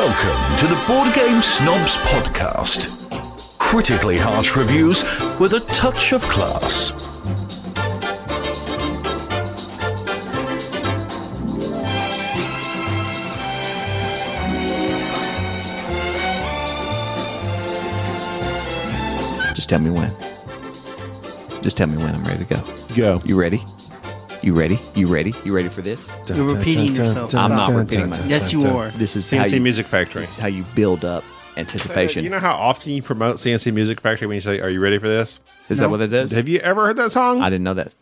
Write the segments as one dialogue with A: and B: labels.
A: Welcome to the Board Game Snobs Podcast. Critically harsh reviews with a touch of class.
B: Just tell me when. Just tell me when I'm ready to go.
C: Go.
B: You ready? You ready? You ready? You ready for this?
C: You're
D: repeating yourself.
B: I'm not
D: Dun,
B: repeating myself.
D: Yes, you are.
B: This is how
C: CNC
B: you,
C: Music Factory.
B: this is how you build up anticipation.
C: You know how often you promote CNC Music Factory when you say, "Are you ready for this?"
B: is that what it is?
C: Have you ever heard that song?
B: I didn't know that.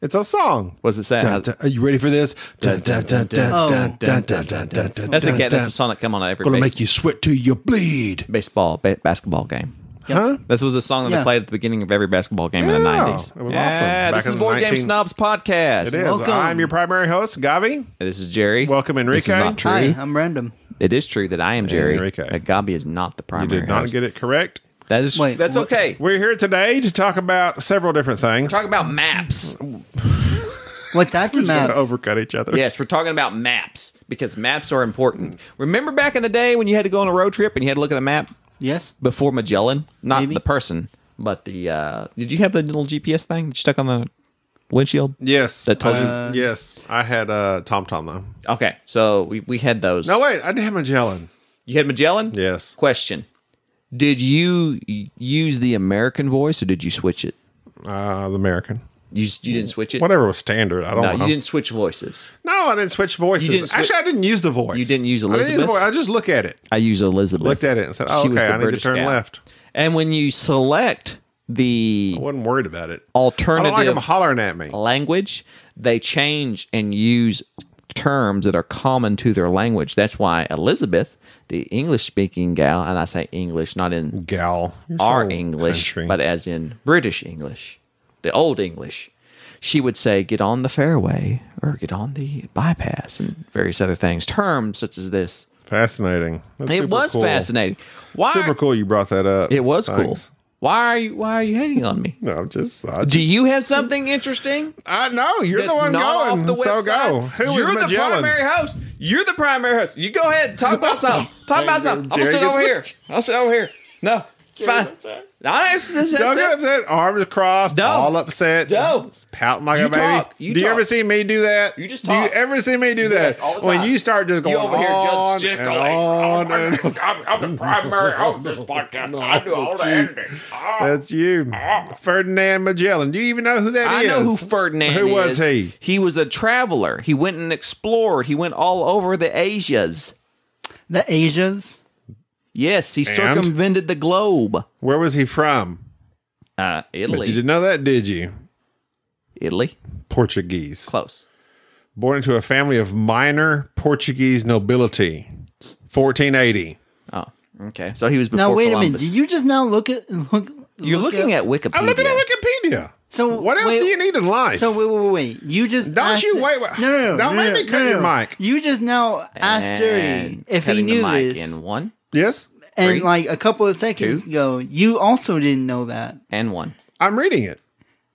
C: it's a song.
B: What's it say? How-
C: Are you ready for this?
D: Oh,
B: that's
E: That's
B: a ga- that's a song that come on every
E: Gonna
B: base-
E: make you sweat till you bleed.
B: baseball ba- basketball game.
C: Huh?
B: That's what the song that they
D: Yeah.
B: played at the beginning of every basketball game in the
C: Yeah,
B: nineties.
C: it was awesome.
B: yeah,
C: Back
B: This
C: in
B: is
C: the
B: Board Game
C: 19
B: Snobs podcast.
C: It is.
D: Welcome.
C: I'm your primary host, Gavi.
B: This is Jerry.
C: Welcome, Enrique.
B: This is not true.
D: Hi, I'm random.
B: It is true that I am Jerry.
C: Enrique.
B: That Gabi is not the
C: You
B: primary.
C: did not
B: host.
C: get it correct.
B: That is.
D: Wait,
B: that's
D: what-
B: okay.
C: We're here today to talk about several different things.
B: Talk about maps.
D: What types of
C: We're gonna
D: maps?
C: overcut each other.
B: Yes, we're talking about maps because maps are important. Remember back in the day when you had to go on a road trip and you had to look at a map
D: yes.
B: before Magellan? Not
D: Maybe.
B: the person, but the. Uh, did you have the little GPS thing that you stuck on the windshield?
C: Yes.
B: That told you-
C: Uh, Yes. I had uh, Tom Tom though.
B: Okay, so we, we had those.
C: No, wait. I did have Magellan.
B: You had Magellan?
C: Yes.
B: Question Did you y- use the American voice or did you switch it?
C: Uh, the American.
B: You, s- you didn't switch it?
C: Whatever was standard. I don't
B: No,
C: know.
B: you didn't switch voices.
C: No, I didn't switch voices.
B: You didn't swi-
C: Actually, I didn't use the voice.
B: You didn't use
C: I didn't the
B: Elizabeth?
C: voice. I just look at it.
B: I used Elizabeth.
C: Looked at it and said, "Oh,
B: She was
C: okay,
B: the
C: I need
B: British
C: to turn
B: gal.
C: left."
B: And when you select the
C: I wasn't worried about it. I don't like
B: alternative
C: them hollering at me.
B: language, they change and use terms that are common to their language. That's why Elizabeth, the English speaking gal, and I say English, not in
C: Gal, You're so
B: our English,
C: country.
B: but as in British English, the old English, she would say, get on the fairway or get on the bypass and various other things. Terms such as this.
C: fascinating. That's
B: It
C: super
B: was
C: cool.
B: fascinating. Why?
C: Super cool. You brought that up.
B: It was
C: Thanks.
B: cool. Why are you why are you hating on me?
C: No, I'm just I,
B: Do
C: just,
B: you have something interesting?
C: I know you're the
B: that's
C: one
B: not
C: going.
B: off the
C: so
B: website.
C: go. Who is
B: You're the
C: Magellan?
B: primary host. You're the primary host. You go ahead and talk about something. Talk about something. I'm gonna sit
C: Jerry
B: over here.
C: gets
B: I'll sit over here. No, it's fine. I that's
C: Don't get
B: it.
C: upset. Arms crossed.
B: No.
C: All upset.
B: No.
C: Pouting like
B: You
C: a baby.
B: talk. You
C: do you ever
B: talk.
C: see me do that?
B: You just
C: Do you
B: talk.
C: ever see me do
B: Yes,
C: that?
B: all the
C: When
B: time.
C: you start just going
B: You over here,
C: on
B: Judge
C: and
B: Stickle.
C: on and on.
F: I'm, I'm the primary host of this podcast. I do all the editing. Ah,
C: That's you, Ferdinand Magellan. Do you even know who that is?
B: I know who Ferdinand
C: Who was
B: is.
C: he?
B: He was a traveler. He went and explored. He went all over the Asias.
D: The Asians.
B: Yes, he circumvented the globe.
C: Where was he from?
B: Uh,
C: But you
B: Italy.
C: didn't know that, did you?
B: Italy.
C: Portuguese.
B: Close.
C: Born into a family of minor Portuguese nobility. 1480.
B: Oh, okay. So he was before
D: Now wait a minute.
B: Columbus.
D: Did you just now look at look?
B: You're looking at Wikipedia.
C: I'm looking at Wikipedia.
D: So
C: what else
D: wait-
C: do you need in life?
D: So wait, wait, wait, wait. You just
C: Don't
D: asked-
C: you- wait, wait.
D: No, no, no.
C: Don't
D: no,
C: make me
D: no,
C: cut
D: no,
C: your
D: no.
C: mic.
D: You just now asked Jerry
B: And
D: if he
B: cutting
D: knew
B: the mic
D: this,
B: in one
C: yes,
D: and
B: three,
D: like a couple of seconds
B: two.
D: ago, you also didn't know that.
B: and one.
C: I'm reading it.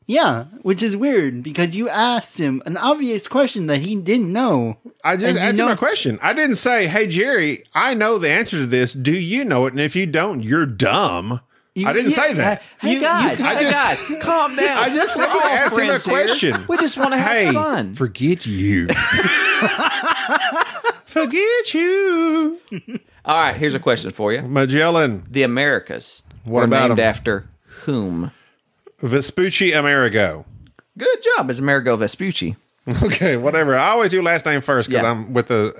D: Yeah, which is weird because you asked him an obvious question that he didn't know.
C: I just
D: And you
C: answered
D: know-
C: my question. I didn't say, "Hey Jerry, I know the answer to this. Do you know it? And if you don't, you're dumb." I didn't say that.
B: Hey
D: You-
B: guys,
D: you-
C: I
B: hey
C: just-
B: guys, calm down.
C: I just
B: We're
C: simply
B: all
C: asked him a
B: friends here.
C: question.
B: We just want to have
C: hey,
B: fun.
C: forget you. forget you.
B: all right, here's a question for you:
C: Magellan,
B: The Americas
C: What
B: were
C: about
B: named
C: 'em?
B: after whom?
C: Vespucci Amerigo.
B: Good job, it's Amerigo Vespucci.
C: Okay, whatever. I always do last name first because
B: Yeah.
C: I'm with the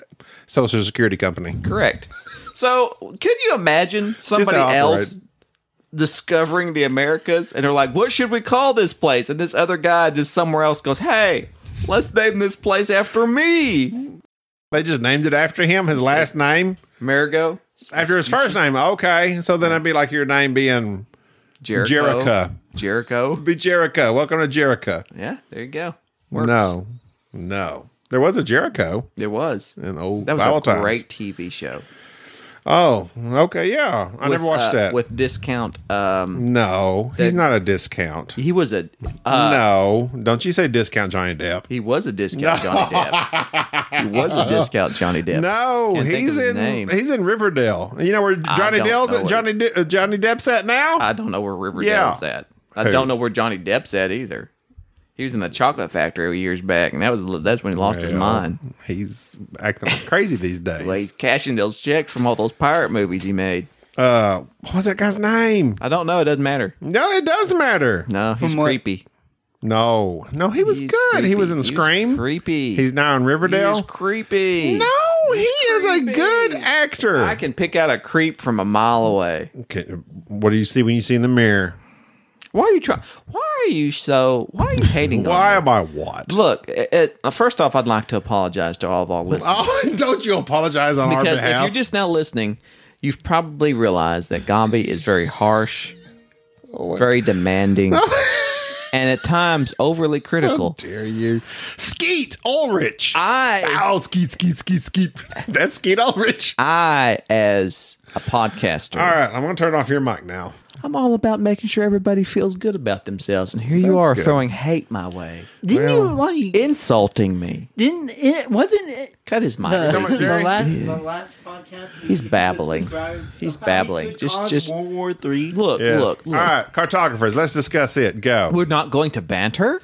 C: Social Security Company.
B: Correct. So, could you imagine somebody
C: outright.
B: else discovering the Americas and they're like, "What should we call this place?" And this other guy just somewhere else goes, "Hey, let's name this place after me,
C: They just named it after him, his last name,
B: Amerigo."
C: after his first name. Okay, so then it'd be like your name being
B: Jericho.
C: Jericho.
B: Jericho.
C: Be Jericho. Welcome to Jericho.
B: Yeah, there you go. Works.
C: No, no. There was a Jericho
B: There was.
C: in the old
B: That was
C: Bible
B: a
C: times.
B: great TV show.
C: Oh, okay, yeah. I
B: with,
C: never watched
B: uh,
C: that.
B: with discount. Um,
C: no, he's not a discount.
B: he was a uh,
C: no, don't you say discount Johnny Depp.
B: he was a discount Johnny Depp. He was a discount Johnny Depp.
C: No,
B: Can't think
C: he's
B: of his
C: in
B: name.
C: he's in Riverdale. You know where Johnny
B: don't
C: Dell's
B: know
C: at,
B: it.
C: Johnny De- uh, Johnny Depp's at now?
B: I don't know where Riverdale's
C: Yeah.
B: at. I
C: Who?
B: don't know where Johnny Depp's at either. He was in the chocolate factory years back, and that was that's when he lost his
C: Well,
B: mind.
C: He's acting like crazy these
B: Well, he's
C: days.
B: cashing those checks from all those pirate movies he made.
C: Uh, what was that guy's name?
B: I don't know. It doesn't matter.
C: No, it does matter.
B: No, he's
D: From what-
B: creepy.
C: No, no, he was
B: He's
C: good. He was
B: creepy. He
C: in
B: was
C: Scream.
B: creepy.
C: He's now in Riverdale.
B: He's creepy.
C: no, he is a
B: creepy.
C: good actor.
B: I can pick out a creep from a mile away.
C: Can- what do you see when you see in the mirror?
B: Why are you trying? Why are you so? Why are you hating?
C: Why
B: On
C: am I what?
B: me? Look, it, it- uh, first off, I'd like to apologize to all of our listeners
C: Oh, don't you apologize on our
B: because if
C: behalf?
B: you're just now listening, you've probably realized that Gombe is very harsh,
C: Oh,
B: very demanding, and at times overly critical.
C: dare you, Skeet Ulrich?
B: I,
C: Ow, skeet, skeet, skeet, skeet. That's Skeet Ulrich.
B: I, as a podcaster,
C: All right, I'm going to turn off your mic now.
B: I'm all about making sure everybody feels good about themselves, and here you
C: That's
B: are
C: good.
B: throwing hate my way,
D: Didn't you like?
B: insulting me.
D: didn't it? Wasn't it?
B: Cut his mic.
D: The,
B: please.
D: the,
C: Jerry?
D: la- the last podcast. we
B: He's
D: used to
B: babbling.
D: describe
B: He's
D: how we
B: babbling.
D: could
B: Just-
D: cause
B: just-
D: World War Three.
B: Look,
C: Yes.
B: look, look.
C: All right, cartographers, let's discuss it. Go.
B: We're not going to banter.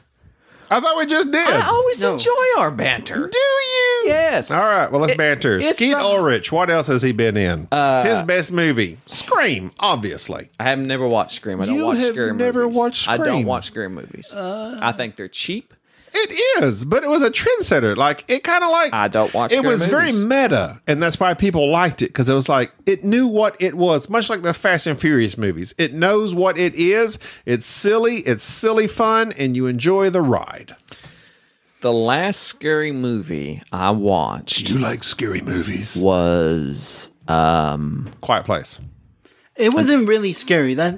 C: I thought we just did.
B: I always
D: No.
B: enjoy our banter.
C: Do you?
B: Yes.
C: All right, well, let's
B: It-
C: banter.
B: it's Uh,
C: Skeet
B: not-
C: Ulrich, what else has he been in? His best movie, Scream, obviously.
B: I have never watched Scream. I don't
C: You
B: watch
C: have
B: Scream
C: never
B: movies.
C: watched
B: I don't
C: Scream.
B: watch Scream movies. I think they're cheap.
C: It is, but it was a trendsetter. Like, it kind of like.
B: I don't watch
C: It
B: scary
C: was very
B: movies.
C: meta, and that's why people liked it because it was like it knew what it was, much like the Fast and Furious movies. It knows what it is. It's silly, it's silly fun, and you enjoy the ride.
B: The last scary movie I watched
E: You like scary movies?
B: was um
C: Quiet Place.
D: It wasn't really scary. That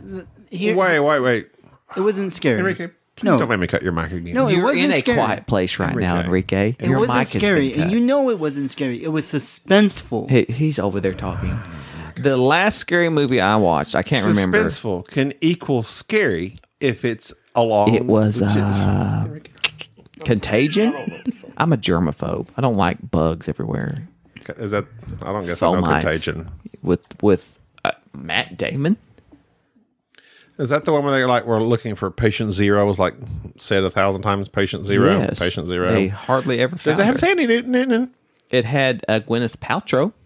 D: here,
C: Wait, wait, wait.
D: it wasn't scary.
C: Enrique, please
D: No.
C: don't make me cut your mic again.
D: No, it
B: you're
D: wasn't
B: in a
D: scary.
B: quiet place right now, Enrique.
D: It
B: Your
D: wasn't
B: mic
D: scary,
B: Has been
D: and
B: cut.
D: you know it wasn't scary. It was suspenseful.
B: He- he's over there talking. The last scary movie I watched, I can't remember.
C: Suspenseful can equal scary if it's along.
B: It was, uh,
C: it's- it's-
B: Contagion. I'm a germaphobe. I don't like bugs everywhere.
C: is that? I don't guess
B: Oh
C: I know
B: my!
C: Contagion.
B: with with uh, Matt Damon.
C: Is that the one where they're like we're looking for patient zero? Was like said a thousand times, patient zero,
B: Yes.
C: patient zero.
B: They hardly ever found
C: Does it have
B: her.
C: Sandy Newton in it?
B: It had uh, Gwyneth Paltrow.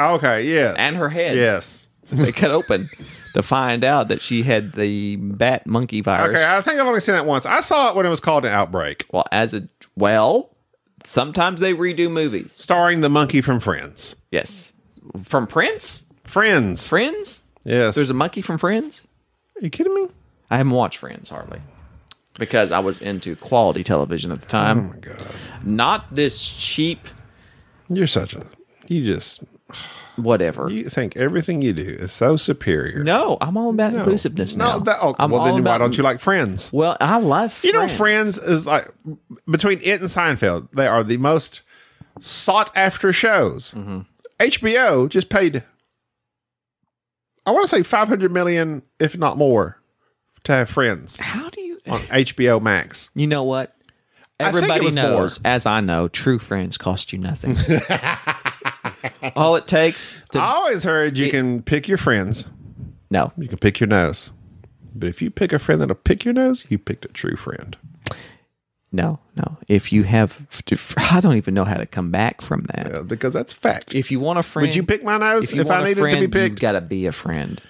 C: Okay, yes.
B: And her head.
C: Yes.
B: They cut open to find out that she had the bat monkey virus.
C: Okay, I think I've only seen that once. I saw it when it was called an outbreak,
B: well, as a well, sometimes they redo movies.
C: starring the monkey from Friends.
B: Yes, from Prince,
C: Friends.
B: Friends.
C: yes.
B: There's a monkey from Friends.
C: Are you kidding me?
B: I haven't watched Friends hardly because I was into quality television at the time. Oh my god! Not this cheap
C: You're such a. You just.
B: whatever.
C: You think everything you do is so superior.
B: no, I'm all about inclusiveness now.
C: No, that, oh,
B: I'm
C: well,
B: all
C: then why
B: about-
C: don't you like Friends?
B: Well, I love
C: You know, Friends is like between it and Seinfeld, they are the most sought after shows.
B: Mm-hmm.
C: HBO just paid, I want to say, 500 million, if not more, to have Friends
B: How do you?
C: on HBO Max.
B: You know what?
C: think it
B: Everybody
C: was
B: knows, as I know, true friends cost you nothing. all it takes to
C: I always heard you can pick your friends,
B: no.
C: you can pick your nose. But if you pick a friend that'll pick your nose, you picked a true friend.
B: No, no. If you have, I don't even know how to come back from that.
C: Uh, because that's fact.
B: If you want a friend,
C: Would you pick my nose if, I
B: want a
C: needed
B: friend,
C: to be picked?
B: You gotta be a friend.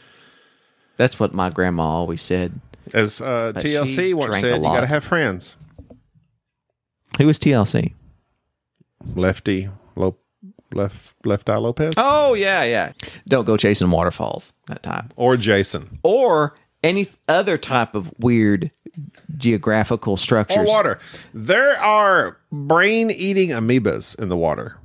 B: That's what my grandma always said.
C: As uh,
B: But she
C: TLC once
B: drank a
C: said, you got
B: lot.
C: to have friends.
B: Who was TLC?
C: Lefty, Lo- left, left eye Lopez,
B: Oh yeah, yeah. Don't go chasing waterfalls that time,
C: or Jason,
B: or any other type of weird geographical structures.
C: or water. There are brain-eating amoebas in the water.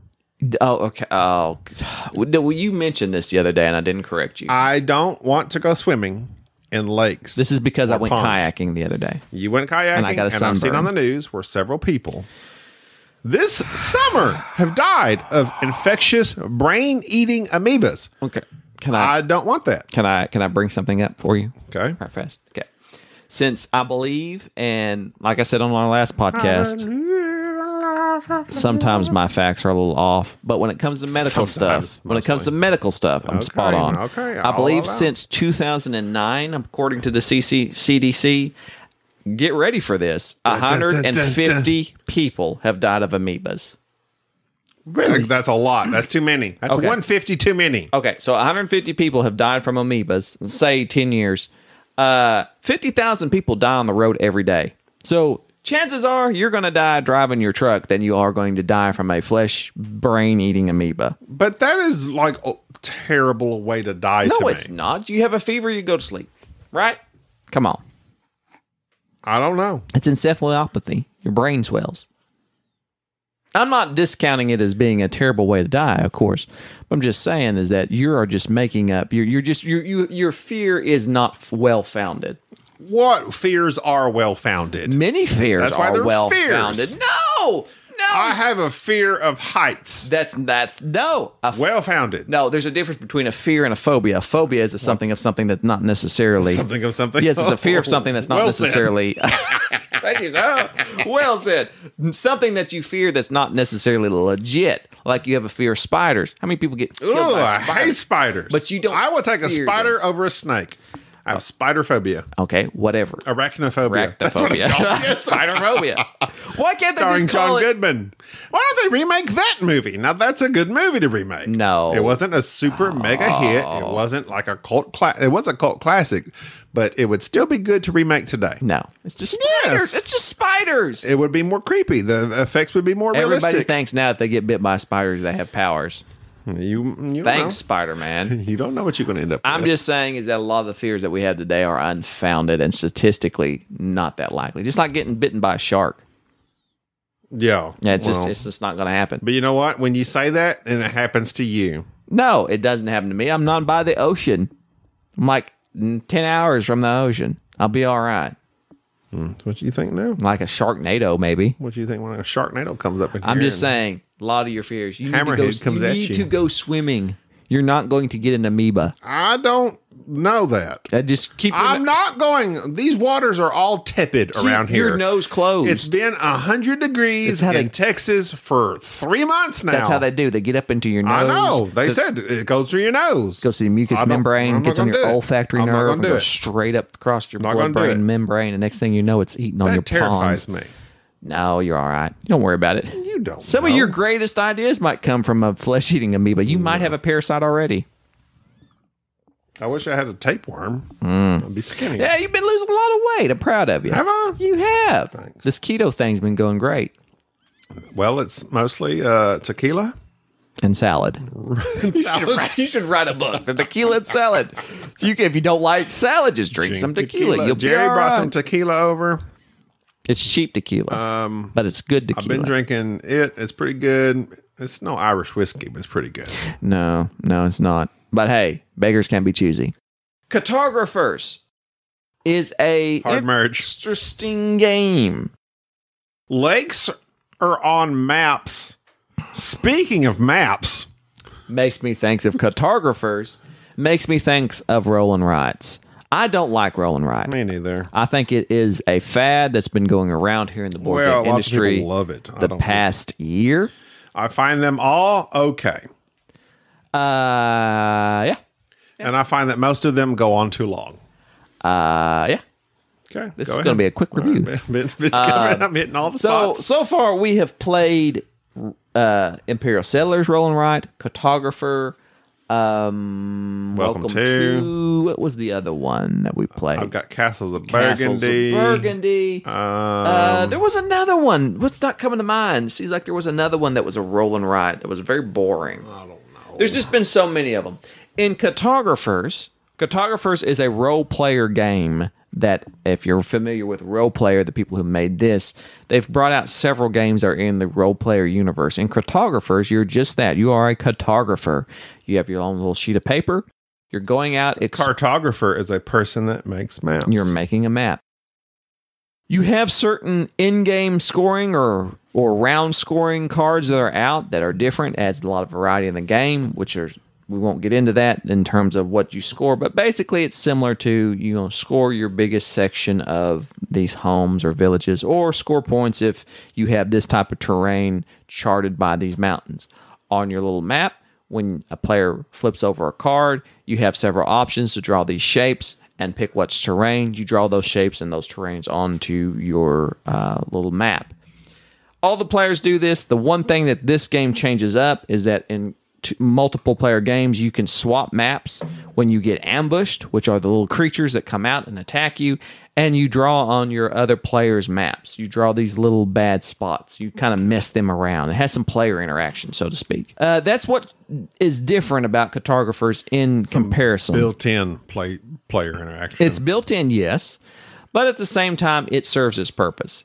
B: Oh, okay. Oh, well, you mentioned this the other day, and I didn't correct you.
C: I don't want to go swimming in lakes.
B: this is because I
C: or
B: went
C: ponds.
B: kayaking the other day.
C: You went kayaking,
B: And I got a
C: I've seen
B: sunburn.
C: on the news where several people this summer have died of infectious brain eating amoebas.
B: Okay. Can I,
C: I don't want that.
B: can I can I bring something up for you?
C: Okay.
B: Right fast. Okay. Since I believe and like I said on our last podcast, sometimes my facts are a little off, but when it comes to medical
C: Sometimes,
B: stuff, when it comes to medical stuff, I'm spot
C: Okay,
B: on.
C: okay,
B: I
C: I'll
B: believe
C: allow.
B: since 2009, according to the CC, CDC, get ready for this, 150 people have died of amoebas.
C: Really? That's a lot. That's too many. That's
B: Okay.
C: 150 too many.
B: Okay, so 150 people have died from amoebas. Say 10 years. Uh, 50,000 people die on the road every day. So chances are you're going to die driving your truck than you are going to die from a flesh brain eating amoeba.
C: But that is like a terrible way to die
B: No,
C: to me.
B: it's not. You have a fever, you go to sleep, right? Come on.
C: I don't know.
B: It's encephalopathy. Your brain swells. I'm not discounting it as being a terrible way to die, of course. But I'm just saying is that you are just making up. You're, you're just you you your fear is not f- well founded.
C: What fears are well founded?
B: Many fears
C: That's why
B: are
C: they're
B: well
C: fears.
B: founded. No, no,
C: I have a fear of heights.
B: that's that's no. A f-
C: Well founded.
B: no, there's a difference between a fear and a phobia. A phobia is a something of something that's not necessarily
C: Something of something. Oh,
B: Yes, it's a fear of something that's not
C: Well said.
B: necessarily. Thank you, sir. Well said. Something that you fear that's not necessarily legit. Like you have a fear of spiders. How many people get killed
C: Ooh,
B: by
C: I hate
B: spiders?
C: spiders.
B: But you don't
C: I will take a
B: fear Oh.
C: spider over a snake. I have spider phobia,
B: Okay, whatever.
C: arachnophobia. That's what it's called.
B: Arachnophobia. Spiderphobia. Why can't they
C: starring
B: just call
C: John
B: it?
C: Goodman. Why don't they remake that movie? Now that's a good movie to remake.
B: No. Oh.
C: it wasn't a super mega hit. It wasn't like a cult. Cla- it was a cult classic, but it would still be good to remake today.
B: No, it's just spiders.
C: Yes.
B: It's just spiders.
C: It would be more creepy. The effects would be more
B: Everybody
C: realistic.
B: thinks now if they get bit by spiders, they have powers.
C: you, you don't
B: Thanks, Spider Man.
C: Know. You don't know what you're going to end up.
B: I'm
C: with.
B: just saying is that a lot of the fears that we have today are unfounded and statistically not that likely. Just like getting bitten by a shark.
C: yeah.
B: Yeah, it's just
C: well,
B: it's just not going to happen.
C: But you know what? When you say that, and it happens to you.
B: No, it doesn't happen to me. I'm not by the ocean. I'm like mm, ten hours from the ocean. I'll be all right.
C: What do you think now?
B: Like a sharknado, maybe.
C: What do you think when a sharknado comes up? In
B: I'm
C: here
B: just
C: and-
B: saying, a lot of your fears. You need to go.
C: Hammerhead comes
B: you
C: at
B: need
C: you.
B: to go swimming. You're not going to get an amoeba.
C: I don't know that.
B: Uh, just keep. your
C: I'm
B: no-
C: not going. These waters are all tepid
B: keep
C: around here.
B: Your nose closed.
C: It's been hundred
B: It's
C: degrees
B: how
C: in
B: they-
C: Texas for three months now.
B: That's how they do. They get up into your nose.
C: I know. They
B: goes-
C: said it goes through your nose.
B: goes to the mucous
C: I don't-
B: membrane,
C: I'm not
B: gets on
C: gonna
B: your
C: do it.
B: olfactory
C: I'm not
B: nerve,
C: gonna
B: and
C: do
B: goes
C: it.
B: straight up across your
C: Not
B: blood
C: gonna do
B: brain
C: it.
B: membrane. And next thing you know, it's eating on your
C: that terrifies
B: pons.
C: me.
B: No, you're all right. Don't worry about it.
C: You don't.
B: Some
C: know.
B: of your greatest ideas might come from a flesh eating amoeba. You might have a parasite already.
C: I wish I had a tapeworm. I'd be skinny.
B: Hmm. Yeah, you've been losing a lot of weight. I'm proud of you.
C: Have I?
B: You have. This keto thing's been going great.
C: Well, it's mostly uh, tequila.
B: And salad.
C: Salad.
B: You should write a book, the tequila and salad. You, if you don't like salad, just drink some tequila. You'll be
C: Jerry
B: all
C: brought
B: right.
C: some tequila over.
B: It's cheap tequila, but it's good tequila.
C: Um, I've been drinking it. It's pretty good. It's no Irish whiskey, but it's pretty good.
B: No, no, it's not. But hey, beggars can't be choosy. Cartographers is a
C: Hard merge.
B: interesting game.
C: Lakes are on maps. Speaking of maps,
B: Makes me thinks of cartographers. Makes me thinks of Roland Wrights. I don't like Roland Wright.
C: me neither.
B: I think it is a fad that's been going around here in the board
C: Well, a
B: game
C: lot of
B: industry
C: people love it. I
B: the
C: don't-
B: past year.
C: I find them all okay,
B: Uh, yeah,
C: and I find that most of them go on too long.
B: uh, yeah.
C: Okay,
B: This is going to be a quick review. Um,
C: I'm hitting all the
B: So
C: spots.
B: so far we have played uh, Imperial Settlers, Rolling Right, Cartographer. Um,
C: Welcome
B: to.
C: to.
B: what was the other one that we played?
C: I've got castles of
B: Castles of
C: Burgundy.
B: Burgundy.
C: Uh,
B: Uh, there was another one. What's not coming to mind? Seems like there was another one that was a rolling ride that was very boring. I don't know. There's just been so many of them. In Cartographers, Cartographers is a role player game that, if you're familiar with role player, the people who made this, they've brought out several games that are in the role player universe. In Cartographers, you're just that. You are a cartographer. You have your own little sheet of paper. You're going out. Ex-
C: cartographer is a person that makes maps.
B: you're making a map. You have certain in-game scoring or or round scoring cards that are out that are different, adds a lot of variety in the game, which are we won't get into that in terms of what you score, but basically it's similar to you know score your biggest section of these homes or villages or score points if you have this type of terrain charted by these mountains on your little map. When a player flips over a card, you have several options to draw these shapes and pick what's terrain. You draw those shapes and those terrains onto your uh, little map. All the players do this. The one thing that this game changes up is that in t- multiple player games, you can swap maps when you get ambushed, which are the little creatures that come out and attack you, and you draw on your other players' maps. You draw these little bad spots. You kind of mess them around. It has some player interaction, so to speak. Uh, that's what is different about cartographers in comparison.
C: built-in play player interaction.
B: It's built in, yes, but at the same time, it serves its purpose.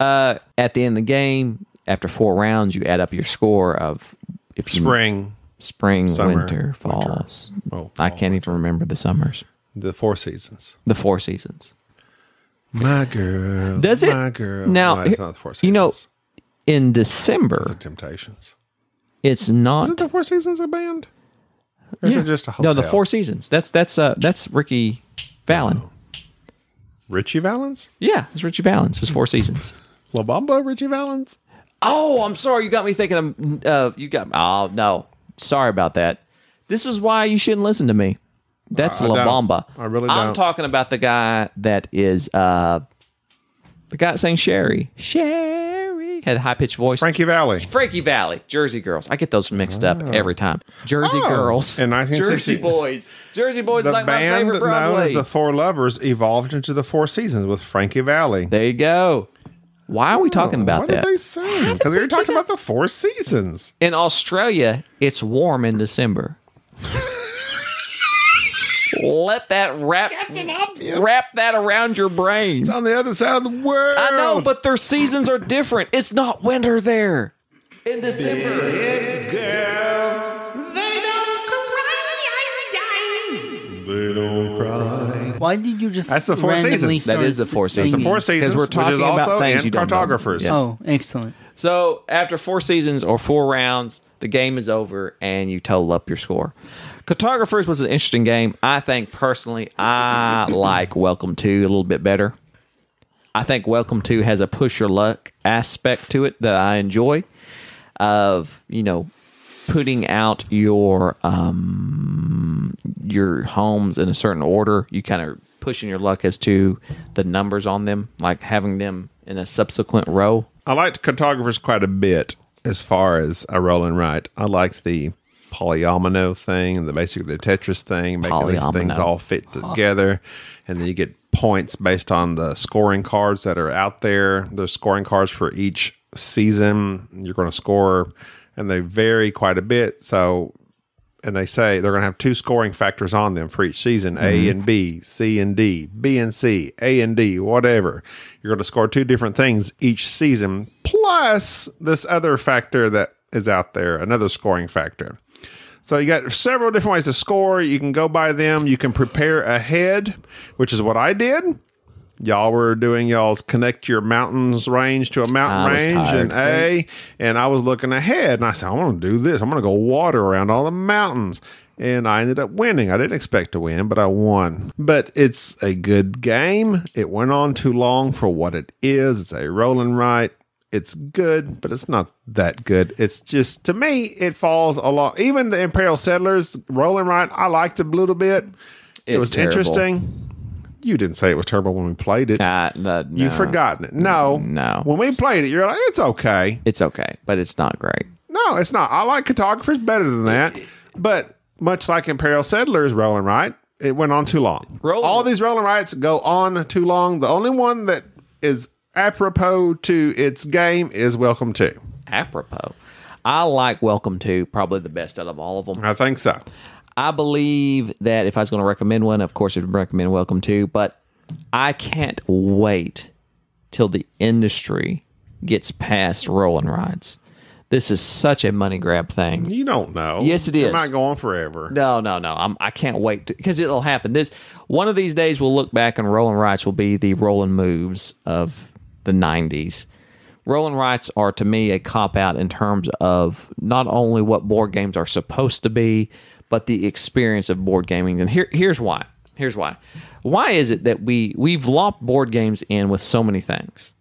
B: Uh, at the end of the game, after four rounds, you add up your score of if you,
C: spring,
B: spring,
C: summer,
B: winter, fall.
C: winter.
B: s-
C: Oh,
B: I
C: fall,
B: can't even remember the summers,
C: the four seasons.
B: the four seasons.
C: My girl,
B: Does it-
C: My girl.
B: now,
C: No, it's not the four seasons.
B: you know- er,
C: It's
B: In
C: the
B: December,
C: Temptations.
B: it's
C: Isn't
B: not.
C: the Four Seasons a band? Or is
B: Yeah.
C: it just a hotel? Oh.
B: no, the Four Seasons. That's that's uh that's Ricky Vallon.
C: Richie Valens,
B: Yeah, it's Richie Valens. It's Four Seasons.
C: La Bamba, Richie Valens.
B: Oh, I'm sorry. You got me thinking. Of, uh, you got. Oh no, sorry about that. This is why you shouldn't listen to me. That's
C: I
B: La
C: don't.
B: Bamba.
C: I really
B: I'm
C: don't.
B: talking about the guy that is uh, the guy that sang Sherry. Sherry had a high pitched voice.
C: Frankie Valley.
B: Frankie Valley, Jersey Girls. I get those mixed up every time. Jersey
C: Oh,
B: Girls
C: in 1960.
B: Jersey Boys. Jersey Boys
C: The
B: is like my
C: band
B: favorite
C: known
B: Broadway.
C: as the Four Lovers evolved into the Four Seasons with Frankie Valley.
B: there you go. Why are we talking about
C: what
B: that?
C: Oh, did they sing? Because we were talking about the Four Seasons.
B: in Australia, it's warm in December. Let that wrap wrap that around your brain.
C: It's on the other side of the world.
B: I know, but their seasons are different. It's not winter there. In December,
D: Why did you just
C: That's the Four
D: randomly
C: Seasons.
B: That is the
D: start
B: Four Seasons.
C: the
D: singing?
C: Four Seasons,
B: we're
C: which is
B: talking about
C: also
B: things
C: in
B: you don't know.
C: cartographers.
B: Yes.
D: Oh, excellent.
B: so after four seasons or four rounds, the game is over and you total up your score. Cartographers was an interesting game. I think personally, I like Welcome to a little bit better. I think Welcome to has a push your luck aspect to it that I enjoy. Of you know, putting out your um your homes in a certain order. You kind of pushing your luck as to the numbers on them, like having them in a subsequent row.
C: I liked cartographers quite a bit as far as a roll and write. I liked the polyomino thing and the basically the Tetris thing, making
B: Polyomino.
C: these things all fit together. And then you get points based on the scoring cards that are out there. There's scoring cards for each season you're going to score, and they vary quite a bit. So and they say they're going to have two scoring factors on them for each season A and B, C and D, B and C, A and D, whatever. You're going to score two different things each season, plus this other factor that is out there, another scoring factor. So you got several different ways to score. You can go by them, you can prepare ahead, which is what I did. Y'all were doing y'all's connect your mountains range to a mountain
B: I was
C: range
B: tired.
C: and a, and I was looking ahead and I said, I'm going to do this. I'm going to go water around all the mountains. And I ended up winning. I didn't expect to win, but I won. But it's a good game. It went on too long for what it is. It's a rolling right. It's good, but it's not that good. It's just to me, it falls a lot. Even the Imperial Settlers rolling right, I liked it a little bit. It
B: It's
C: was
B: terrible.
C: interesting. You didn't say it was terrible when we played it.
B: Uh, no,
C: You've
B: no.
C: forgotten it. No,
B: No.
C: When we played it, you're like, it's okay.
B: It's okay, but it's not great.
C: No, it's not. I like cartographers better than that. But much like Imperial Settlers Rolling Right, it went on too long.
B: Rolling-
C: All these Rolling Rights go on too long. The only one that is apropos to its game is Welcome to.
B: Apropos, I like Welcome to probably the best out of all of them.
C: I think so.
B: I believe that if I was going to recommend one, of course, I'd recommend Welcome to, but I can't wait till the industry gets past rolling rides. This is such a money grab thing.
C: You don't know.
B: Yes, it is.
C: It might go on forever.
B: No, no, no. I'm, I can't wait because it'll happen. This one of these days we'll look back and Rolling Rights will be the Rolling Moves of the '90s. Rolling Rights are to me a cop out in terms of not only what board games are supposed to be, but the experience of board gaming. And here, here's why. Here's why. Why is it that we we've lopped board games in with so many things?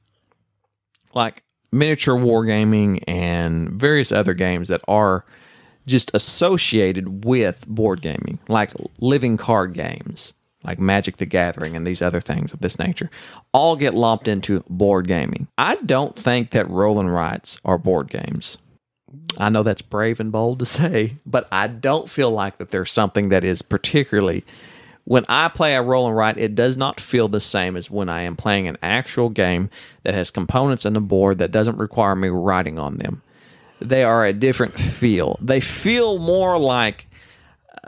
B: like miniature wargaming and various other games that are just associated with board gaming, like living card games, like Magic the Gathering and these other things of this nature, all get lumped into board gaming. I don't think that Rolling Rights are board games. I know that's brave and bold to say, but I don't feel like that there's something that is particularly when I play a roll and write, it does not feel the same as when I am playing an actual game that has components on the board that doesn't require me writing on them. They are a different feel. They feel more like uh,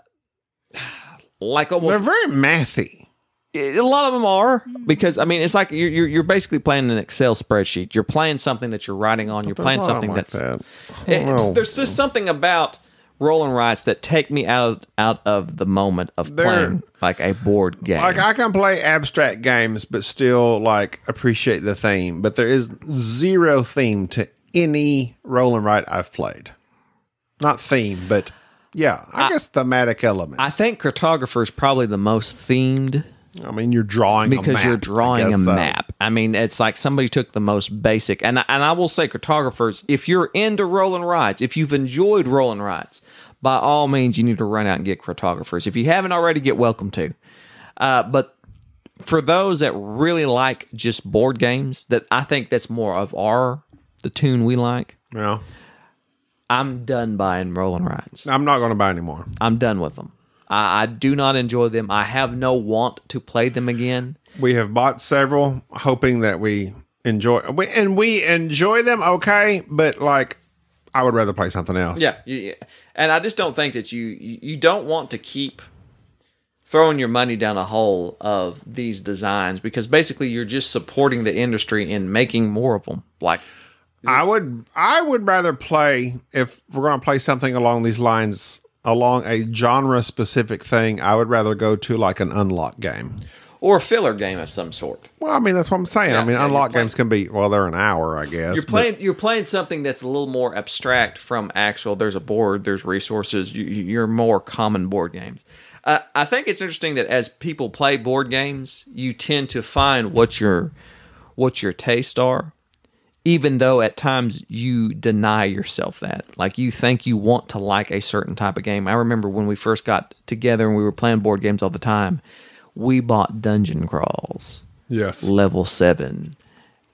B: like almost
C: They're very mathy.
B: a lot of them are because I mean it's like you're you're, you're basically playing an Excel spreadsheet. You're playing something that you're writing on. You're playing
C: Why I
B: something
C: like
B: that's
C: that. Oh,
B: it-
C: Well,
B: Eh, there's just something about rolling rights that take me out out of the moment of
C: They're-
B: playing like a board game.
C: Like I can play abstract games, but still like appreciate the theme. But there is zero theme to any roll and write I've played. Not theme, but yeah, I, guess thematic elements.
B: I
C: I,
B: think cartographer is probably the most themed
C: mean, you're drawing a
B: because
C: map,
B: you're
C: I
B: drawing
C: guess
B: a
C: so.
B: map. I mean, it's like somebody took the most basic, and I, and I will say, cartographers, if you're into rolling rides, if you've enjoyed rolling rides, by all means, you need to run out and get cartographers. If you haven't already, get welcome to. Uh, but for those that really like just board games, that I think that's more of our the tune we like.
C: Yeah.
B: I'm done buying rolling rides.
C: I'm not going to buy anymore.
B: I'm done with them. I, I do not enjoy them. I have no want to play them again.
C: We have bought several, hoping that we enjoy. We, and we enjoy them, okay, but like, I would rather play something else.
B: Yeah, you- yeah. and I just don't think that you you you don't want to keep throwing your money down a hole of these designs because basically you're just supporting the industry in making more of them. Like
C: I would I would rather play if we're going to play something along these lines along a genre specific thing. I would rather go to like an unlock game.
B: or a filler game of some sort.
C: Well, I mean that's what I'm saying.
B: Yeah,
C: I mean
B: yeah, you're
C: unlock
B: playing-
C: games can be well they're an hour, I guess.
B: You're playing you're playing something that's a little more abstract from actual. There's a board. There's resources. You, you- you're more common board games. Uh, I think it's interesting that as people play board games, you tend to find what your what your tastes are, even though at times you deny yourself that. Like you think you want to like a certain type of game. I remember when we first got together and we were playing board games all the time. We bought dungeon crawls,
C: yes.
B: level seven,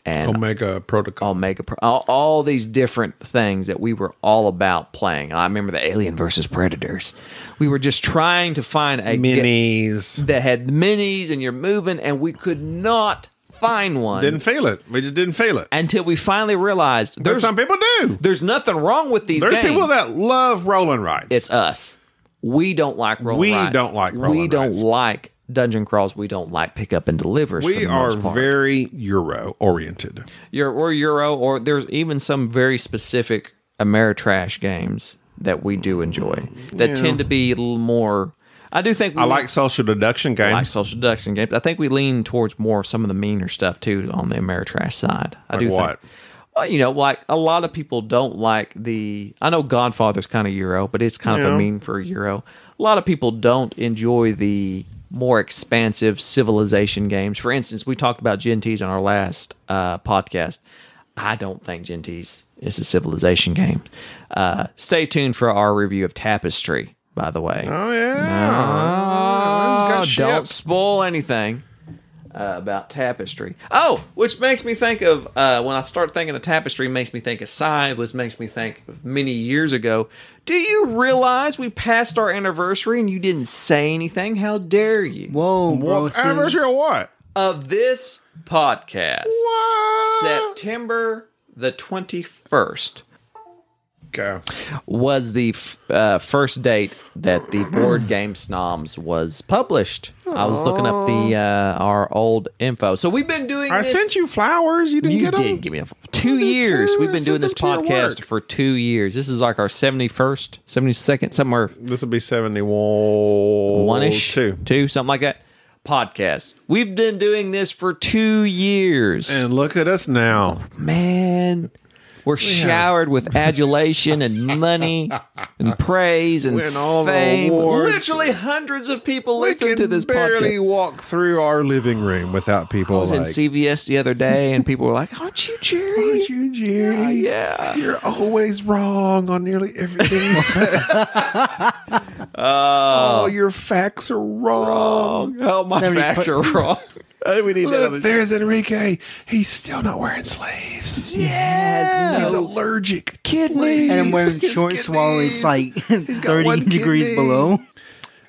B: and
C: Omega Protocol.
B: Omega, Pro- all, all these different things that we were all about playing. I remember the Alien versus Predators. We were just trying to find a ga-
C: Minis.
B: that had minis and you're moving, and we could not find one
C: Didn't feel it. We just didn't feel it.
B: until we finally realized
C: But
B: there's
C: some people do.
B: there's nothing wrong with these
C: There's
B: games.
C: people that love rolling rights.
B: it's us. We don't like rolling.
C: We
B: rights.
C: don't like
B: We
C: rolling
B: don't
C: rights.
B: like dungeon crawls. We don't like pick up and delivers. for
C: we
B: the
C: are
B: most part.
C: very Euro oriented.
B: Euro, or Euro, or there's even some very specific Ameritrash games that we do enjoy that tend to be a little more. I do think we
C: I like social deduction games.
B: like social deduction games. I think we lean towards more of some of the meaner stuff too on the Ameritrash side. I do
C: what?
B: think. Well, Uh, you know, like a lot of people don't like the. I know Godfather's kind of Euro, but it's kind of a mean for Euro. A lot of people don't enjoy the more expansive civilization games. For instance, we talked about Gentees on our last uh, podcast. I don't think Gentees is a civilization game. Uh, stay tuned for our review of Tapestry, by the way.
C: oh yeah.
B: Oh,
C: It's got
B: don't
C: ships.
B: spoil anything uh, about tapestry. Oh, which makes me think of uh, when I start thinking of tapestry, makes me think of Scythe, which makes me think of many years ago. Do you realize we passed our anniversary and you didn't say anything? How dare you?
D: Whoa, bro.
C: What anniversary or what?
B: Of this podcast,
C: What?
B: September the 21st.
C: Go.
B: was the f- uh, first date that the board game snobs was published. I was looking up the uh, our old info. So we've been doing.
C: I
B: this-
C: sent you flowers. You didn't
B: You
C: get
B: did
C: them.
B: give me a. two years.
C: two-
B: We've been
C: it's
B: doing
C: them
B: this
C: two year
B: podcast
C: work.
B: for two years. This is like our 71st, 72nd, somewhere
C: This will be 71.
B: one ish,
C: Two.
B: two, something like that. Podcast. We've been doing this for two years.
C: And look at us now.
B: Man, we're showered with adulation and money and praise and
C: Win all the
B: fame.
C: awards.
B: Literally hundreds of people
C: We
B: listen
C: can
B: to this
C: barely
B: podcast.
C: walk through our living room without people
B: I was
C: like,
B: in CVS the other day, and people were like, "Aren't you Jerry?
C: "Aren't you, Jerry?
B: yeah."
C: You're always wrong on nearly everything you say. All your facts are wrong.
B: Oh, my
D: Somebody
B: facts
D: put-
B: are wrong. I think we need another.
C: Look, there's Enrique. He's still not wearing sleeves.
B: Yes,
C: He's
B: no.
C: allergic.
B: Kidney.
C: Sleeves.
D: Oh. And I'm wearing
C: His
D: shorts while it's
C: kidneys.
D: like
C: got
D: 30
C: one
D: degrees
C: kidney.
D: below.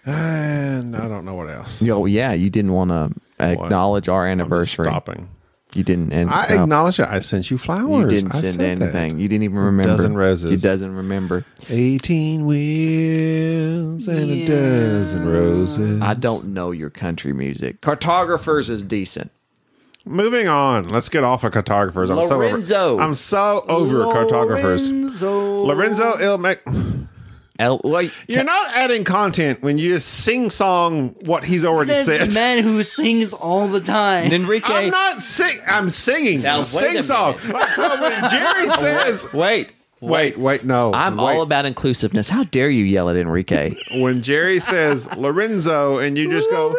C: And I don't know what else.
B: Yo, yeah, you didn't want to acknowledge our anniversary.
C: Stopping.
B: You didn't. And,
C: I
B: no,
C: acknowledge it. I sent you flowers.
B: You didn't
C: I
B: send
C: said that.
B: anything. You didn't even remember.
C: dozen roses.
B: You doesn't remember.
C: 18 wheels and a dozen roses.
B: I don't know your country music. Cartographers is decent.
C: Moving on. Let's get off of cartographers. I'm so
B: Lorenzo.
C: over, I'm so over cartographers.
D: Lorenzo.
C: Lorenzo Ilmek.
B: El, wait,
C: You're not adding content when you just sing song what he's already
D: Says the
C: said.
D: man who sings all the time.
B: Enrique.
C: I'm not sing. I'm singing.
B: Now, wait a
C: sing song. Like, so when Jerry says,
B: wait.
C: "Wait, wait, no,"
B: I'm
C: wait.
B: all about inclusiveness. How dare you yell at Enrique?
C: when Jerry says Lorenzo, and you just go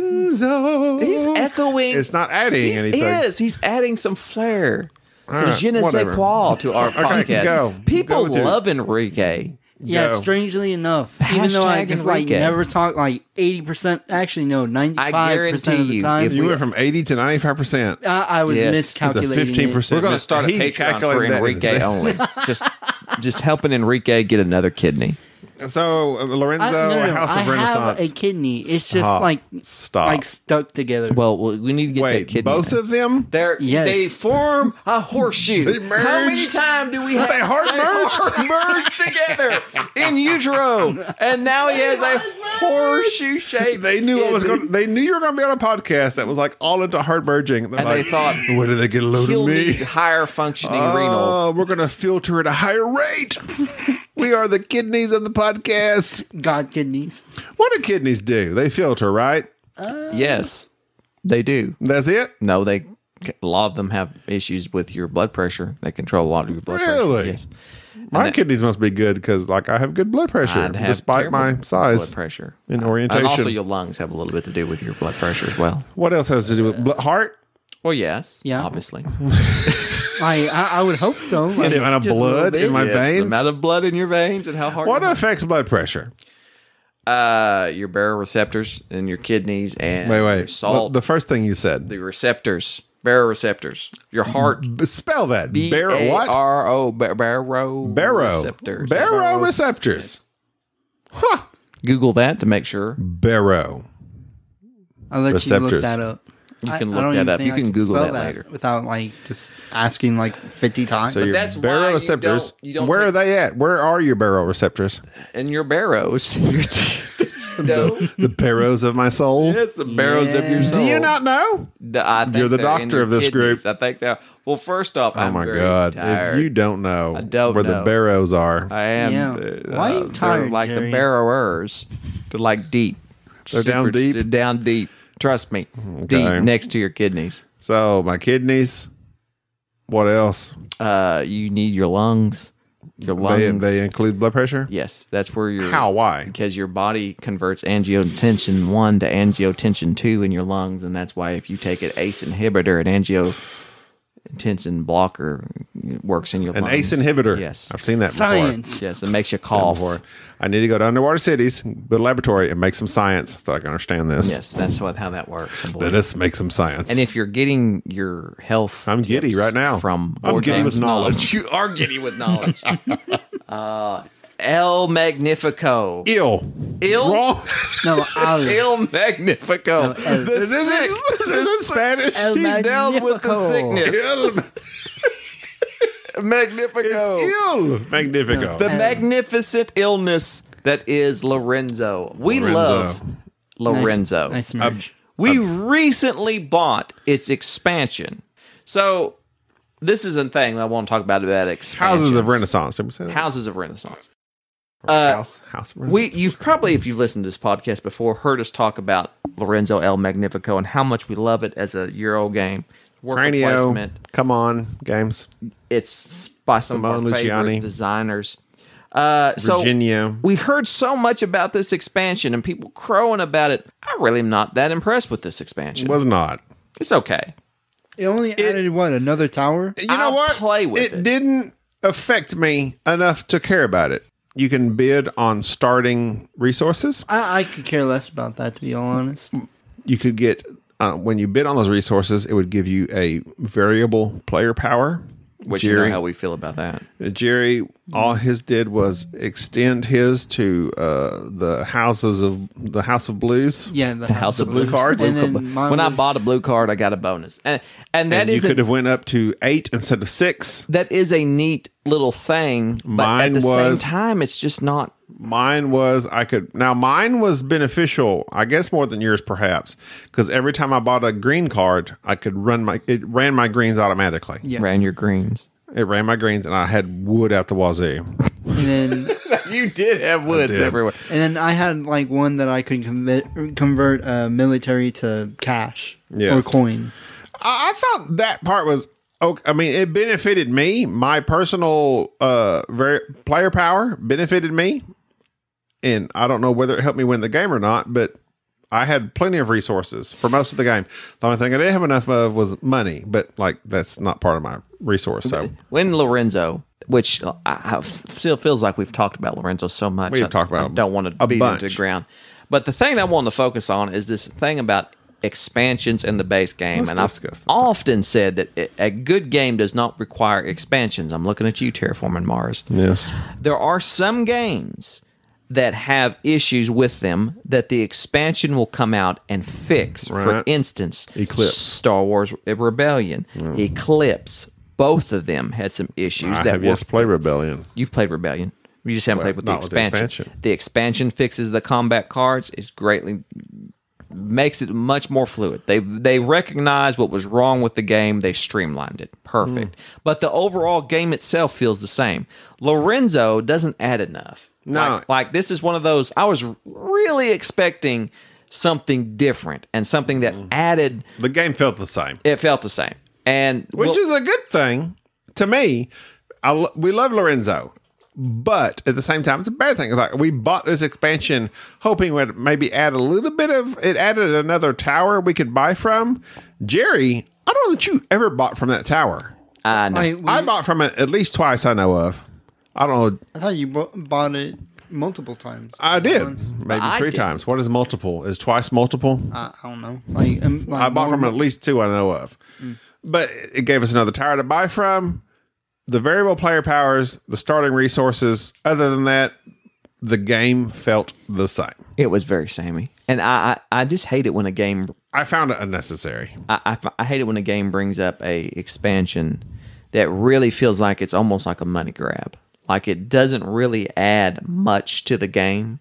C: Lorenzo.
B: He's echoing.
C: It's not adding
B: He's-
C: anything.
B: He is. He's adding some flair, some
C: right,
B: je ne sais
C: whatever.
B: quoi to our podcast.
C: go. Go
B: People
C: with it.
B: love Enrique.
D: yeah,
C: Go.
D: strangely enough, even though I
B: Hashtag
D: just like
B: Enrique.
D: never talk like 80%, actually no, 95%
B: guarantee
D: of the
B: you,
D: time.
B: if
C: You went from eighty to ninety-five percent.
D: I, I was
B: Yes.
C: The
D: miscalculating.
C: fifteen
D: it.
C: percent.
B: We're going to start a Patreon for Enrique only. just, just helping Enrique get another kidney.
C: So uh, Lorenzo,
D: I, no, no, no,
C: House
D: I
C: of
D: have
C: Renaissance.
D: a kidney. It's just
C: Stop.
D: like
C: Stop.
D: like stuck together.
B: Well, we we need to get that
C: Wait,
B: kidney.
C: both of them?
B: They're,
D: Yes.
B: They form a horseshoe.
C: They
B: How many
C: merged.
B: times do we have?
C: They hard merged.
B: hard merged together in utero, and now he has a horseshoe shape.
C: They knew I was going. They knew you were going to be on a podcast that was like all into heart merging. They're
B: And they
C: like,
B: thought,
C: "Where did they get a load
B: He'll
C: of
B: need
C: me?
B: higher functioning renal.
C: Oh, we're going to filter at a higher rate. we are the kidneys of the podcast.
D: God kidneys.
C: What do kidneys do? They filter, right?
B: Yes, they do.
C: That's it.
B: No, they a lot of them have issues with your blood pressure. They control a lot of your blood pressure.
C: Really?
B: Yes,
C: My
B: that-
C: kidneys must be good because, like, I have good blood pressure
B: I'd have
C: despite
B: terrible
C: my size
B: blood pressure.
C: and
B: And also,
C: orientation.
B: your lungs have a little bit to do with your blood pressure as well.
C: What else has to do
B: Uh,
C: with bl- heart?
B: Well, yes,
D: Yeah.
B: obviously.
D: I, I I would hope so. Like,
C: The amount of
D: just a little
C: blood
D: bit.
C: in my
B: Yes, The
C: veins.
B: amount of blood in your veins and how hard.
C: What affects blood pressure?
B: uh, your baroreceptors in your kidneys and
C: Wait,
B: your
C: wait.
B: salt.
C: The first thing you said.
B: the receptors, baroreceptors, your heart.
C: B- Spell that. Bar- what?
B: R O barrow
C: Barrow.
B: receptors.
C: Barrow receptors.
B: Google that to make sure.
C: Barrow.
D: I'll let you
C: receptors.
D: look that up.
B: You
D: I-
B: can
D: I
B: look
D: don't
B: that
D: even
B: up.
D: think
B: You
D: I
B: can Google
D: spell
B: that later.
D: without like just asking like fifty times.
C: So your
B: that's why
C: baroreceptors.
B: you don't- you don't
C: where
B: take-
C: are they at? Where are your baroreceptors?
B: And your barrows. Your t- no.
C: The barrows of my soul.
B: It's the barrows of your soul.
C: Do you not know?
B: The- I think
C: You're the
B: they're in
C: doctor
B: your
C: of this
B: kidneys.
C: group.
B: I think that. Well, first off,
C: Oh
B: I'm
C: my
B: very
C: god!
B: tired.
C: If you don't know
B: don't
C: where
B: know.
C: the barrows are,
B: I am.
D: Yeah.
B: the- uh,
D: Why are you
B: they're
D: tired,
B: Like
D: Jerry?
B: the barrowers. They're like deep.
C: They're down deep?
B: They're down deep. Trust me.
C: Okay.
B: Deep next to your kidneys.
C: so my kidneys. What else?
B: Uh, you need your lungs. Your
C: They,
B: lungs.
C: they include blood pressure.
B: yes, that's where your
C: How? Why?
B: because your body converts angiotensin 1 to angiotensin 2 in your lungs and that's why if you take an ace inhibitor an angiotensin blocker it works in your
C: An
B: lungs
C: ACE inhibitor.
B: yes
C: I've seen that
D: Science.
B: yes it makes you
C: before.
B: cough
C: Seen it before. I need to go to underwater cities, build a laboratory, and make some science so that I can understand this.
B: yes that's what how that works I believe.
C: Let us make some science.
B: and if you're getting your health
C: I'm giddy
B: tips
C: right now.
B: from
C: I'm
B: Board
C: giddy
B: Games
C: with knowledge.
B: you are giddy with knowledge uh El Magnifico.
C: ill,
B: Il-
C: wrong.
D: no, I'll,
B: Il Magnifico. the
C: This isn't,
B: sixth
C: this isn't Spanish.
D: El
B: He's down with the
D: Magnifico.
B: sickness.
C: Magnifico. Ill. Magnifico.
B: The magnificent illness that is Lorenzo. We
C: Lorenzo.
B: love Lorenzo.
C: Um,
D: nice merge.
B: We recently bought its expansion. So this is a thing I want to talk about about expansions.
C: Houses of Renaissance. Remember saying that?
B: Houses of Renaissance. uh,
C: House, House of Renaissance.
B: We you've probably if you've listened to this podcast before heard us talk about Lorenzo El Magnifico and how much we love it as a Euro game. Work
C: Cranio.
B: placement.
C: Come on, games.
B: It's by some of
C: Simone
B: our
C: Luciani.
B: favorite designers. Uh, so
C: Virginia.
B: we heard so much about this expansion and people crowing about it. I really am not that impressed with this expansion.
C: Was not.
B: it's okay.
D: It only added what another tower.
C: You know
B: I'll
C: what?
B: play with it.
C: didn't affect me enough to care about it. You can bid on starting resources.
D: I, I could care less about that, to be all honest.
C: You could get uh, when you bid on those resources, it would give you a variable player power.
B: Which you
C: Jerry, uh,
B: know how we feel about that.
C: Jerry, all his did was extend his to uh, the houses of the House of Blues.
D: Yeah, the,
B: House of Blue
D: Blues.
B: Cards.
D: And then mine
B: When I
D: was-
B: bought a blue card, I got a bonus, and and that
C: and you
B: is
C: could
B: a,
C: have went up to eight instead of six.
B: that is a neat little thing. But
C: Mine
B: at the
C: was-
B: same time, it's just not.
C: Mine was I could now mine was beneficial, I guess more than yours perhaps, because every time I bought a green card, I could run my it ran my greens automatically.
D: Yes.
B: Ran your greens.
C: It ran my greens and I had wood out the wazoo.
D: And then
B: You did have woods
C: did.
B: everywhere.
D: and then I had like one that I could convert convert uh, military to cash or
C: Yes.
D: coin.
C: I, I thought that part was okay. I mean, it benefited me. My personal uh very player power benefited me, and I don't know whether it helped me win the game or not, but. I had plenty of resources for most of the game. The only thing I didn't have enough of was money, but like that's not part of my resource. So
B: When Lorenzo, which I, I still feels like we've talked about Lorenzo so much,
C: We've
B: I,
C: talked about
B: I don't want to
C: a
B: beat him to the
C: bunch.
B: ground. But the thing that I want to focus on is this thing about expansions in the base game,
C: Let's
B: and I've
C: discuss that.
B: often said that a- a good game does not require expansions. I'm looking at you, Terraforming Mars.
C: yes,
B: there are some games that have issues with them that the expansion will come out and fix. For
C: Right.
B: instance,
C: Eclipse. Mm.
B: Star Wars Rebellion, Eclipse. Both of them had some issues
C: I
B: that
C: have
B: were
C: yet to play Rebellion.
B: You've played Rebellion. You just haven't played with the,
C: not with the
B: expansion.
C: expansion.
B: The expansion fixes the combat cards. It's greatly makes it much more fluid. They they recognize what was wrong with the game. They streamlined it.
C: Hmm.
B: Perfect. But the overall game itself feels the same. Lorenzo doesn't add enough.
C: No.
B: Like, like this is one of those I was really expecting something different and something that
C: Hmm.
B: added
C: The game felt the same,
B: it felt the same. And
C: which
B: well,
C: is a good thing to me. I lo- we love Lorenzo, but at the same time, it's a bad thing. It's like we bought this expansion hoping it would maybe add a little bit of it added another tower we could buy from. Jerry, I don't know that you ever bought from that tower.
B: I know.
D: Like, we-
C: I bought from it at least twice I know of. I don't know.
D: I thought you bo- bought it multiple times.
C: I did
D: Once.
C: maybe
B: I
C: three
B: didn't.
C: times. What is multiple? Is twice multiple?
D: I, I don't know. Like, um, like
C: I bought
D: more-
C: from at least two I know of.
B: Mm.
C: But it gave us another tower to buy from. The variable player powers, the starting resources. Other than that, the game felt the same.
B: It was very samey, and I, I I just hate it when a game
C: I found it unnecessary.
B: I, I f- I hate it when a game brings up a expansion that really feels like it's almost like a money grab. Like it doesn't really add much to the game.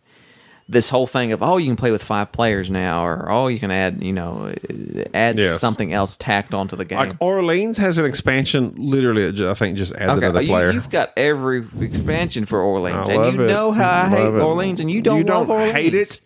B: This whole thing of oh you can play with five players now, or oh you can add you know uh, add
C: Yes.
B: something else tacked onto the game.
C: Like Orleans has an expansion. Literally, it ju- I think just adds another
B: you,
C: player.
B: have got every expansion for Orleans,
C: I
B: and you
C: love it.
B: know how I hate
C: Love it.
B: Orleans, and you don't
C: you
B: love
C: don't
B: Orleans.
C: hate it.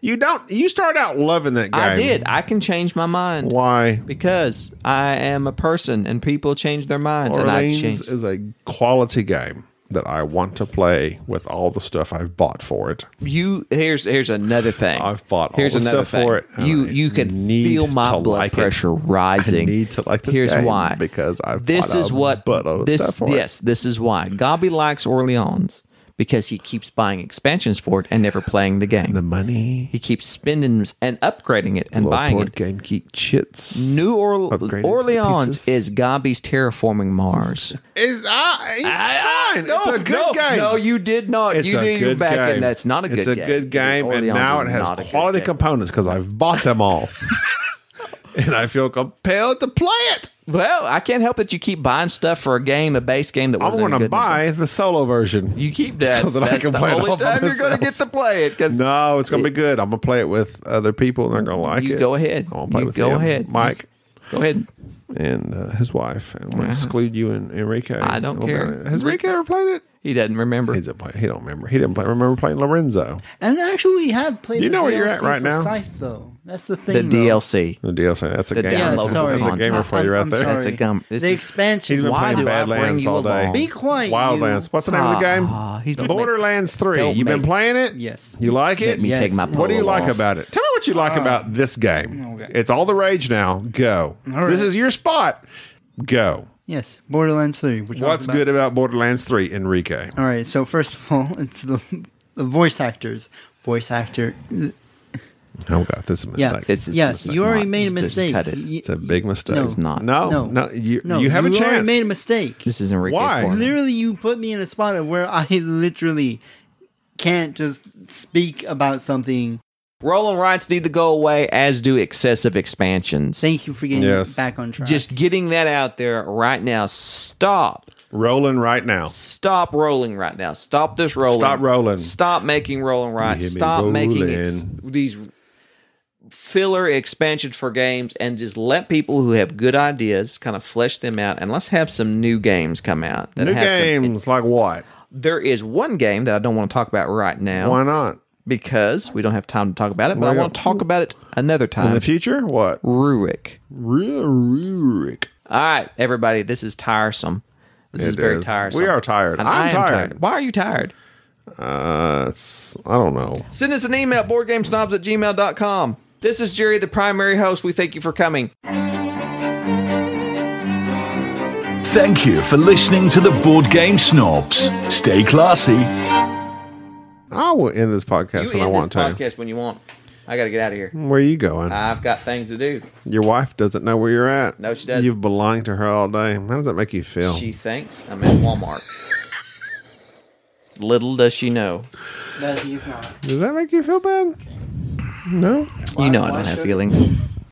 C: You don't. You start out loving that game.
B: I did. I can change my mind.
C: Why?
B: Because I am a person and people change their minds and I change.
C: Orleans is a quality game that I want to play with all the stuff I've bought for it.
B: You here's here's another thing.
C: I've bought all
B: here's
C: the
B: another
C: stuff
B: thing.
C: for it, and
B: You
C: I
B: you can
C: need
B: feel my
C: to
B: blood
C: like it.
B: pressure
C: I
B: rising.
C: need to like this
B: Here's
C: game
B: why
C: because I've
B: this
C: bought
B: is
C: a
B: what
C: buttload of
B: this
C: stuff for it.
B: yes this is why Gobby likes Orleans because he keeps buying expansions for it and never playing the game.
C: The money,
B: he keeps spending and upgrading it and
C: little
B: buying
C: board
B: it.
C: game geek chits.
B: New Orle-
C: upgraded to the
B: Orleans
C: pieces.
B: is Gobby's terraforming Mars.
C: Is uh, it's fine.
B: Ah, No,
C: it's a good
B: no,
C: game.
B: No, you did not.
C: It's
B: you
C: a
B: did you
C: good
B: back
C: game.
B: in. That's not a good
C: It's
B: game.
C: a good game, and
B: Orleans
C: now
B: is
C: it has
B: not a good
C: quality
B: game.
C: components because I've bought them all, and I feel compelled to play it.
B: Well, I can't help that you keep buying stuff for a game, a base game that
C: I
B: wasn't.
C: want to
B: good
C: buy the solo version.
B: You keep that
C: so that I
B: That's
C: can
B: the
C: play it
B: only
C: all by
B: time you're going to
C: myself.
B: get to play it because
C: No, it's gonna be good. I'm gonna play it with other people, and they're gonna like
B: You
C: it.
B: go ahead.
C: I'm gonna play
B: You
C: with
B: go
C: him,
B: ahead.
C: Mike.
B: Go ahead.
C: and uh, his wife. And we'll exclude you and Enrique.
B: Uh-huh. I don't
C: Well,
B: care.
C: Has Enrique ever played it?
B: He doesn't remember.
C: He doesn't play. He don't remember. He didn't play, remember playing Lorenzo.
D: And actually, we have played.
C: You
D: the
C: know where you're at
D: DLC
C: right
D: for
C: now.
D: Scythe, though. That's the
B: The
D: thing. though.
B: DLC.
C: The DLC. That's a
B: The
C: gamer.
B: download
D: Yeah, sorry.
C: That's a gamer for you right
D: I'm
C: there.
D: sorry.
B: That's a gum- this
D: The
B: is-
D: expansion.
C: He's been
B: Why
C: playing
B: do I bring
C: Badlands
B: you
C: all day.
B: along?
D: Be quiet.
C: Wildlands.
D: You.
C: What's the name of the game?
B: Ah, he's been-
C: Borderlands Three.
B: Don't
C: You been
B: make-
C: playing it?
D: Yes.
C: You like it?
B: Let me
D: Yes.
B: take my.
C: What do you
B: puzzle
C: like
B: off.
C: about it? Tell me what you like about this game.
D: Uh, okay.
C: It's all the rage now. Go.
D: All
C: This
D: right.
C: is your spot. Go.
D: Yes. Borderlands 3. Which
C: What's good about Borderlands Three, Enrique?
D: All right. So first of all, it's the, the voice actors. Voice actor.
C: Oh God, this is a
D: Yeah.
C: mistake.
B: It's-
D: yeah.
B: just
D: you already
B: not-
D: made a
B: just
D: mistake.
B: cut it.
D: Y-
C: It's a big mistake.
D: No.
B: It's not.
C: No, no,
D: No.
C: you
D: No,
C: you have a
D: already
C: chance.
D: made a mistake.
B: This is Enrique's
C: Why?
B: corner.
D: Literally, you put me in a spot of where I literally can't just speak about something.
B: Rolling rights need to go away, as do excessive expansions.
D: Thank you for getting
C: Yes.
D: back on track.
B: Just getting that out there right now. Stop.
C: Rolling right now.
B: Stop rolling right now. Stop this rolling.
C: Stop rolling.
B: Stop making rolling right.
C: You hear me
B: Stop making ex-
C: rolling.
B: these filler expansions for games and just let people who have good ideas kind of flesh them out and let's have some new games come out. that
C: New
B: have some-
C: games like what?
B: there is one game that I don't want to talk about right now
C: Why not?
B: because we don't have time to talk about it, but I
C: Well,
B: want to talk about it another
C: In
B: time.
C: the future, what?
B: Rurik.
C: Rurik.
B: All right, everybody, this is tiresome. This is
C: It
B: very
C: is.
B: tiresome.
C: We are tired.
B: And
C: I'm
B: I am
C: tired.
B: Why are you tired?
C: Uh, it's, I don't know.
B: Send us an email, boardgamesnobs at gmail.com. This is Jerry, the primary host. We thank you for coming.
A: Thank you for listening to the Board Game Snobs. Stay classy.
C: I will end this podcast when
B: you
C: I
B: end
C: want
B: this
C: to.
B: podcast when you want. I got to get out of here.
C: Where are you going?
B: I've got things to do.
C: Your wife doesn't know where you're at.
B: No, she doesn't.
C: You've belonged to her all day. How does that make you feel?
B: She thinks I'm at Walmart. Little does she know.
D: No, he's not.
C: does that make you feel bad? No.
B: you know I don't have feelings.